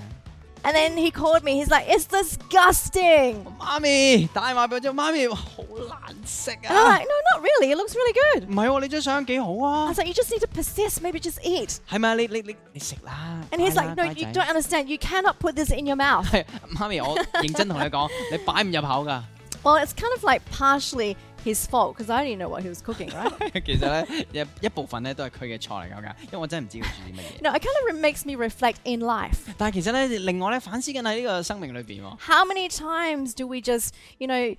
[SPEAKER 1] and then he called me. He's like, it's disgusting.
[SPEAKER 2] 我媽咪帶埋俾我張媽咪，哇好難食
[SPEAKER 1] And I'm
[SPEAKER 2] 啊！
[SPEAKER 1] like, no, not really. It looks really good.
[SPEAKER 2] 唔係喎，你張相幾好
[SPEAKER 1] I
[SPEAKER 2] 啊
[SPEAKER 1] was？like, you just need to persist. Maybe just eat.
[SPEAKER 2] 係咪啊？你你你你食啦。
[SPEAKER 1] And he's
[SPEAKER 2] 擺
[SPEAKER 1] like,
[SPEAKER 2] 啦
[SPEAKER 1] no,
[SPEAKER 2] 乖
[SPEAKER 1] you
[SPEAKER 2] 仔
[SPEAKER 1] don't understand. You cannot put this in your mouth.
[SPEAKER 2] 係媽咪，我認真同你 講，你擺唔入口㗎。
[SPEAKER 1] Well, it's kind of like partially his fault because I didn't know what he was cooking, right?
[SPEAKER 2] 其實咧，一一部分咧都係佢嘅錯嚟㗎，因為我真係唔知佢煮啲乜嘢。
[SPEAKER 1] no, it kind of re- makes me reflect in life.
[SPEAKER 2] 但係其實咧，另外咧反思緊喺呢個生命裏邊喎。
[SPEAKER 1] How many times do we just, you know,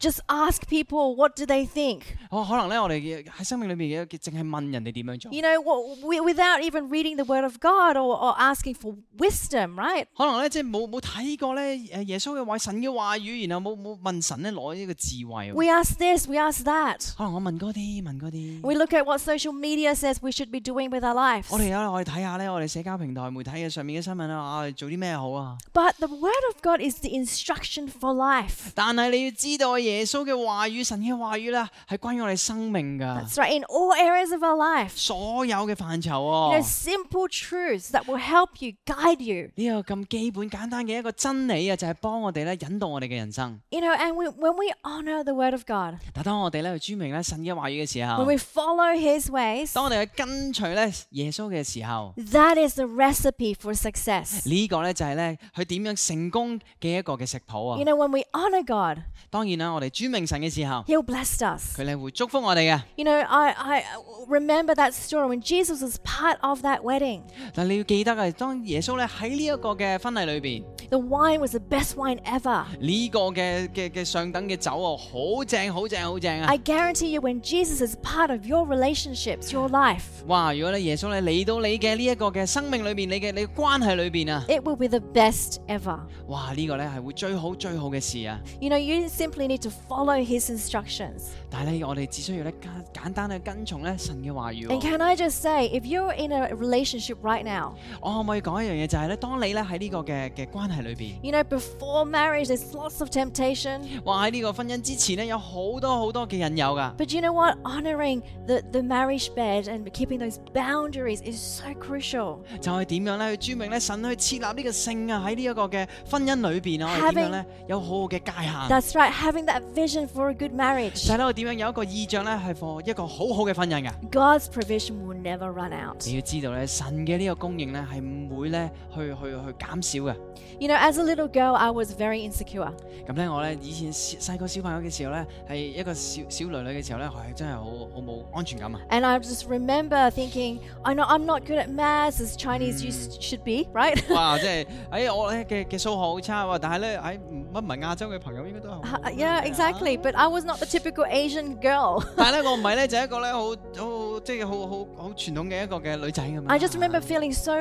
[SPEAKER 1] just ask people what do they think?
[SPEAKER 2] 我哦可能咧，我哋嘅喺生命裏面嘅淨係問人哋點樣做。
[SPEAKER 1] You know, wh- wi- without even reading the Word of God or, or asking for wisdom, right?
[SPEAKER 2] 可能咧，即係冇冇睇過咧，誒耶穌嘅話、神嘅話語，然後冇冇問神咧攞呢個智慧喎。
[SPEAKER 1] We ask this, we ask that.
[SPEAKER 2] 可能我問嗰啲，問嗰啲。
[SPEAKER 1] We look at what social media says we should be doing with our
[SPEAKER 2] 我哋
[SPEAKER 1] lives.
[SPEAKER 2] 有我哋睇下咧，我哋社交平台媒體嘅上面嘅新聞啦，啊，我哋做啲咩好啊？
[SPEAKER 1] But the Word of God is the instruction for life.
[SPEAKER 2] 但係你要知道，耶穌嘅話語、神嘅話語啦，係關於我哋生命噶，
[SPEAKER 1] That's right, in all areas of our life.
[SPEAKER 2] 所有嘅範疇
[SPEAKER 1] You know,
[SPEAKER 2] 喎。
[SPEAKER 1] simple truths that will help you, guide you.
[SPEAKER 2] 呢個咁基本簡單嘅一個真理啊，就係幫我哋咧引導我哋嘅人生。
[SPEAKER 1] You know, and we, when we honor the Word of God,
[SPEAKER 2] 但當我哋咧去尊明咧神嘅話語嘅時候
[SPEAKER 1] when，we follow His ways,
[SPEAKER 2] 當我哋去跟隨咧耶穌嘅時候，
[SPEAKER 1] that is the recipe for success.
[SPEAKER 2] 呢個咧就係咧佢點樣成功嘅一個嘅食譜
[SPEAKER 1] You
[SPEAKER 2] 啊！
[SPEAKER 1] know, when we honor God,
[SPEAKER 2] 當然啦，我哋尊明神嘅時候，
[SPEAKER 1] He'll bless us.
[SPEAKER 2] 佢咧會祝福我哋嘅。
[SPEAKER 1] You know, I, I remember that story when Jesus was part of that wedding.
[SPEAKER 2] 但你要記得啊，當耶穌咧喺呢一個嘅婚禮裏邊，
[SPEAKER 1] The wine was the best wine ever.
[SPEAKER 2] 呢、個嘅嘅嘅上等嘅酒啊，好正好正好正啊
[SPEAKER 1] I！guarantee you, when Jesus is part of your relationships, your life,
[SPEAKER 2] 哇！如果咧耶穌咧嚟到你嘅呢一個嘅生命裏邊，你嘅你嘅關係裏邊啊，
[SPEAKER 1] it will be the best ever.
[SPEAKER 2] 哇！呢、個咧係會最好最好嘅事啊！
[SPEAKER 1] You know, you simply need to follow his instructions.
[SPEAKER 2] 但係咧，我哋只需要咧簡簡單去跟從咧神嘅話語
[SPEAKER 1] And
[SPEAKER 2] 喎。
[SPEAKER 1] can I just say, if you're in a relationship right now,
[SPEAKER 2] 哦我可唔可以講一樣嘢就係咧，當你咧喺呢個嘅嘅關係裏邊，
[SPEAKER 1] you know, before marriage, there's lots of temptation.
[SPEAKER 2] 哇！喺呢個婚姻之前咧，有好多好多嘅引誘㗎。
[SPEAKER 1] But you know what? Honoring the, the marriage bed and keeping those boundaries is so crucial.
[SPEAKER 2] 就係點樣咧去尊明咧神去設立呢個性啊喺呢一個嘅婚姻裏邊啊，我哋
[SPEAKER 1] Having-
[SPEAKER 2] 點樣咧有好好嘅界限。
[SPEAKER 1] That's right, having that vision for a good marriage.
[SPEAKER 2] 睇到啊我點樣有一個意象咧係 for 一個好好嘅婚姻㗎。
[SPEAKER 1] God's provision will never run out.
[SPEAKER 2] 你要知道咧，神嘅呢個供應咧係唔會咧去去去減少嘅。
[SPEAKER 1] You know, as a little girl, I was very insecure.
[SPEAKER 2] 咁咧，我咧以前小細個小朋友嘅時候咧，係一個小小女女嘅時候咧，係真係好好冇安 全感啊！
[SPEAKER 1] And I just remember thinking, I know I'm not good at maths as Chinese you s- should be, right?
[SPEAKER 2] 哇！即係，哎，我咧嘅嘅數學好差喎，但係咧，喺乜唔係亞洲嘅朋友應該都係好
[SPEAKER 1] 啊 yeah, exactly. But I was not the typical Asian girl.
[SPEAKER 2] 但係咧，我唔係咧，就係一個咧好好即係好好好傳統嘅一個嘅女仔咁樣。啊
[SPEAKER 1] I just remember feeling so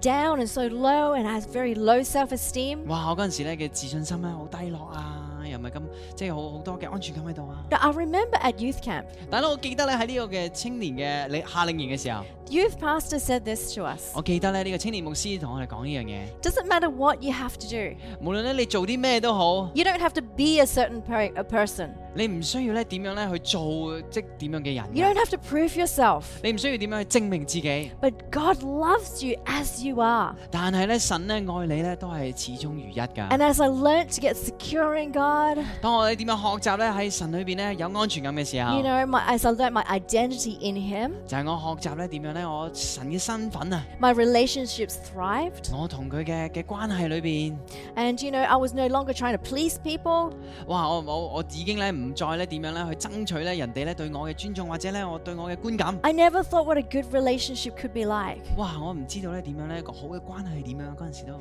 [SPEAKER 1] down and so low, and I had very low self esteem.
[SPEAKER 2] 哇！我嗰陣時咧嘅自信心咧好低落啊，又唔係咁即係好好多嘅安全感喺度啊。
[SPEAKER 1] I remember at youth camp,
[SPEAKER 2] 但係咧，我記得咧喺呢個嘅青年嘅你夏令營嘅時候，
[SPEAKER 1] youth pastor said this to us
[SPEAKER 2] 我記得咧呢個青年牧師同我哋講呢樣嘢，
[SPEAKER 1] Doesn't matter what you have to do,
[SPEAKER 2] 無論咧你做啲咩都好，
[SPEAKER 1] you don't have to be a certain per- a person,
[SPEAKER 2] 你唔需要咧點樣咧去做即係點樣嘅人
[SPEAKER 1] you
[SPEAKER 2] 嘅，
[SPEAKER 1] don't have to prove yourself.
[SPEAKER 2] 你唔需要點樣去證明自己，
[SPEAKER 1] But God loves you as you are.
[SPEAKER 2] 但係咧神咧愛你咧都係始終如一㗎。
[SPEAKER 1] And as I learnt to get secure in God,
[SPEAKER 2] 當我哋點樣學習咧喺神裏邊咧有安全感嘅時候
[SPEAKER 1] you，know, my, as I learnt my identity in Him,
[SPEAKER 2] 就係我學習咧點樣咧我神嘅身份啊，
[SPEAKER 1] my relationships thrived.
[SPEAKER 2] 我同佢嘅嘅關係裏邊，
[SPEAKER 1] And, you know, I was no longer trying to please people.
[SPEAKER 2] 哇！我我我已經咧唔再咧點樣咧去爭取咧人哋咧對我嘅尊重或者咧我對我嘅觀感。
[SPEAKER 1] I never thought what a good relationship could be like.
[SPEAKER 2] 哇！我唔知道咧點樣咧一個好嘅關係係點樣嗰陣時都，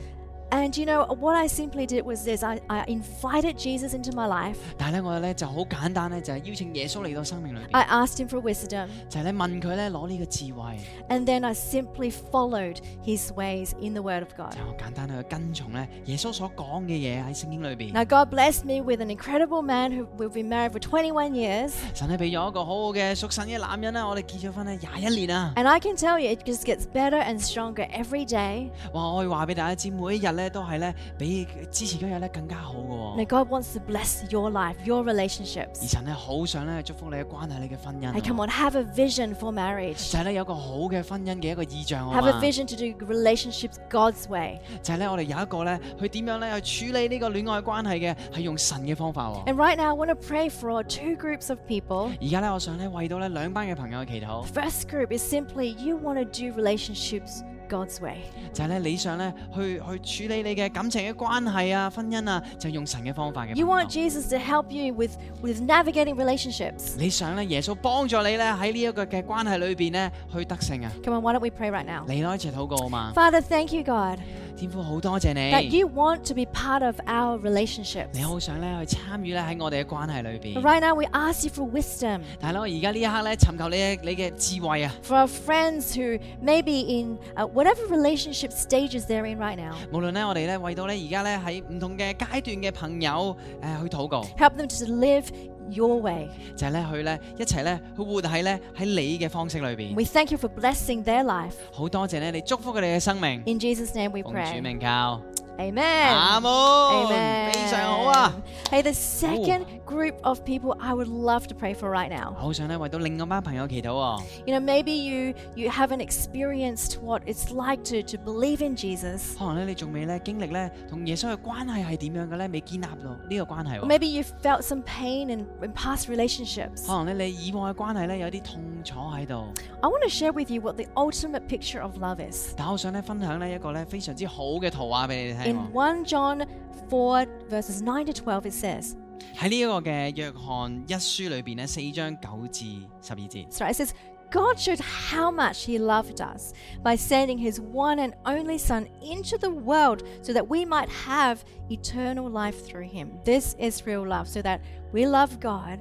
[SPEAKER 1] And you know, what I simply did was this I, I invited Jesus into my life.
[SPEAKER 2] 但係咧，我咧就好簡單咧，就係邀請耶穌嚟到生命裏邊，
[SPEAKER 1] I asked him for wisdom,
[SPEAKER 2] 就係咧問佢咧攞呢個智慧，
[SPEAKER 1] and then I simply followed his ways in the Word of
[SPEAKER 2] 就
[SPEAKER 1] God.
[SPEAKER 2] 係我簡單去跟從咧耶穌所講嘅嘢喺聖經裏邊。
[SPEAKER 1] Now, God blessed me with an incredible man who we've been married for 21 years.
[SPEAKER 2] 神咧俾咗一個好好嘅屬神嘅男人啦，我哋結咗婚咧廿一年啊！
[SPEAKER 1] And I can tell you, it just gets better and stronger every day.
[SPEAKER 2] 哇，我可以話俾大家知，每一日咧都係咧比之前嗰日咧更加好嘅
[SPEAKER 1] Now,
[SPEAKER 2] 喎。
[SPEAKER 1] God wants to bless your life, your
[SPEAKER 2] 而
[SPEAKER 1] relationships.
[SPEAKER 2] 神咧好想咧祝福你嘅關係、你嘅婚姻啊
[SPEAKER 1] Hey,，come on, have a vision for marriage.
[SPEAKER 2] 就係咧有一個好嘅婚姻嘅一個意象啊
[SPEAKER 1] Have a
[SPEAKER 2] 嘛。
[SPEAKER 1] vision to do relationships God's way.
[SPEAKER 2] 就係咧，我哋有一個咧，去點樣咧去處理呢個戀愛關係嘅，係用神嘅方法喎。
[SPEAKER 1] And right now, I want to pray for our two groups of people.
[SPEAKER 2] 而家咧，我想咧為到咧兩班嘅朋友祈禱，
[SPEAKER 1] First group is simply you want to do relationships God's way.
[SPEAKER 2] 就係咧你想咧去去處理你嘅感情嘅關係啊、婚姻啊，就用神嘅方法嘅
[SPEAKER 1] You
[SPEAKER 2] 朋友。
[SPEAKER 1] want Jesus to help you with, with navigating relationships.
[SPEAKER 2] 你想咧耶穌幫助你咧喺呢一個嘅關係裏邊咧去得勝啊！
[SPEAKER 1] Come on, why don't we pray right now?
[SPEAKER 2] 你咯一齊禱告啊嘛，
[SPEAKER 1] Father, thank you, God,
[SPEAKER 2] 天父好多謝
[SPEAKER 1] that
[SPEAKER 2] 你，
[SPEAKER 1] you want to be part of our relationships.
[SPEAKER 2] 你好想咧去參與咧喺我哋嘅關係裏
[SPEAKER 1] But
[SPEAKER 2] 邊。
[SPEAKER 1] Right now, we ask you for wisdom
[SPEAKER 2] 但係咧，我而家呢一刻咧尋求你嘅你嘅智慧啊！
[SPEAKER 1] for our friends who may be in uh, whatever relationship stages they're in right now.
[SPEAKER 2] 無論咧我哋咧為到咧而家咧喺唔同嘅階段嘅朋友誒、去禱告。
[SPEAKER 1] Help them to live your way.
[SPEAKER 2] 就係咧去咧一齊咧去活喺咧喺你嘅方式裏邊。
[SPEAKER 1] We thank you for blessing their life.
[SPEAKER 2] 好多謝咧你祝福佢哋嘅生命，
[SPEAKER 1] In Jesus' name we
[SPEAKER 2] 奉主
[SPEAKER 1] pray.
[SPEAKER 2] 名教，
[SPEAKER 1] Amen.
[SPEAKER 2] 阿門，
[SPEAKER 1] Amen.
[SPEAKER 2] 非常好啊！
[SPEAKER 1] Hey, the second group of people I would love to pray for right now.
[SPEAKER 2] 好想咧為到另外一班朋友祈禱喎。
[SPEAKER 1] You know, maybe you you haven't experienced what it's like to to believe in Jesus.
[SPEAKER 2] 可能咧你仲未咧經歷咧同耶穌嘅關係係點樣嘅咧，未建立到呢個關係
[SPEAKER 1] Or
[SPEAKER 2] 喎。
[SPEAKER 1] maybe you've felt some pain in, in past relationships.
[SPEAKER 2] 可能咧你以往嘅關係咧有啲痛楚喺度，
[SPEAKER 1] I want to share with you what the ultimate picture of love is.
[SPEAKER 2] 但我想咧分享咧一個咧非常之好嘅圖畫俾你哋聽
[SPEAKER 1] In
[SPEAKER 2] 喎。
[SPEAKER 1] 1 John 4 verses 9 to 12 it says,
[SPEAKER 2] 喺呢一個嘅約翰一書裏邊咧四章九至十二節。
[SPEAKER 1] That's right. It says, God showed how much He loved us by sending His one and only Son into the world so that we might have eternal life through Him. This is real love, so that we love God.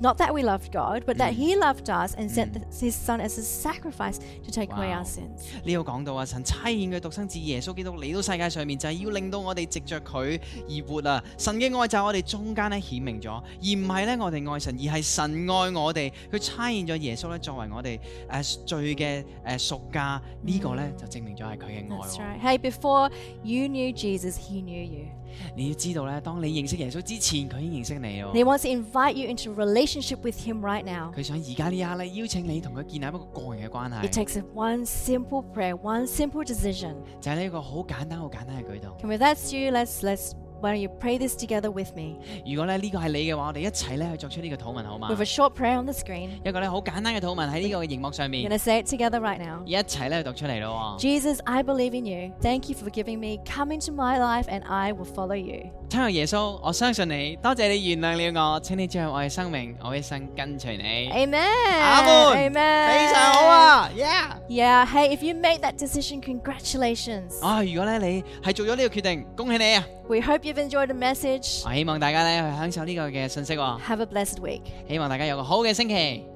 [SPEAKER 1] Not that we loved God, but that He loved us and sent th- His Son as a sacrifice to take away
[SPEAKER 2] Wow.
[SPEAKER 1] our sins.
[SPEAKER 2] 呢度講到啊，神差遣佢獨生子耶穌基督嚟到世界上面，就係、要令到我哋藉着佢而活啊！神嘅愛就喺我哋中間咧顯明咗，而唔係咧我哋愛神，而係神愛我哋。佢差遣咗耶穌咧作為我哋誒、呃罪嘅誒、呃、贖價，呢、個咧就證明咗係佢嘅愛
[SPEAKER 1] 嗯 That's
[SPEAKER 2] 喎。
[SPEAKER 1] right. Hey, before you knew Jesus, He knew you.
[SPEAKER 2] 你要知道咧，當你認識耶穌之前，佢已經認識你
[SPEAKER 1] And He
[SPEAKER 2] 喎。
[SPEAKER 1] wants to invite you into relationship with Him right now.
[SPEAKER 2] 佢想而家呢一刻咧邀請你同佢建立一個個人嘅關
[SPEAKER 1] It
[SPEAKER 2] 係，
[SPEAKER 1] takes one simple prayer, one simple decision.
[SPEAKER 2] 就係呢一個好簡單、好簡單嘅舉動。
[SPEAKER 1] Come if that's you, let's let's why don't you pray this together with me?
[SPEAKER 2] 如果咧呢個係你嘅話，我哋一齊咧去作出呢個禱文好嘛
[SPEAKER 1] With？a short prayer on the screen.
[SPEAKER 2] 一個咧好簡單嘅禱文喺呢個嘅熒幕上
[SPEAKER 1] We're
[SPEAKER 2] 面。
[SPEAKER 1] gonna say it together right now.
[SPEAKER 2] 一齊咧讀出嚟咯喎！
[SPEAKER 1] Jesus, I believe in you. Thank you for giving me. Come into my life and I will follow you.
[SPEAKER 2] 親愛耶穌，我相信你，多謝你原諒了我，請你進入我嘅生命，我一生跟隨
[SPEAKER 1] 哎
[SPEAKER 2] 你。
[SPEAKER 1] Amen.
[SPEAKER 2] 阿門，
[SPEAKER 1] Amen.
[SPEAKER 2] 非常好啊！Yeah！
[SPEAKER 1] Yeah, hey, if you made that decision, congratulations.
[SPEAKER 2] 啊，如果咧你係做咗呢個決定，恭喜你啊！
[SPEAKER 1] We hope you've enjoyed the message.
[SPEAKER 2] 我希望大家咧去享受呢個嘅信息喎，
[SPEAKER 1] Have a blessed week.
[SPEAKER 2] 希望大家有個好嘅星期。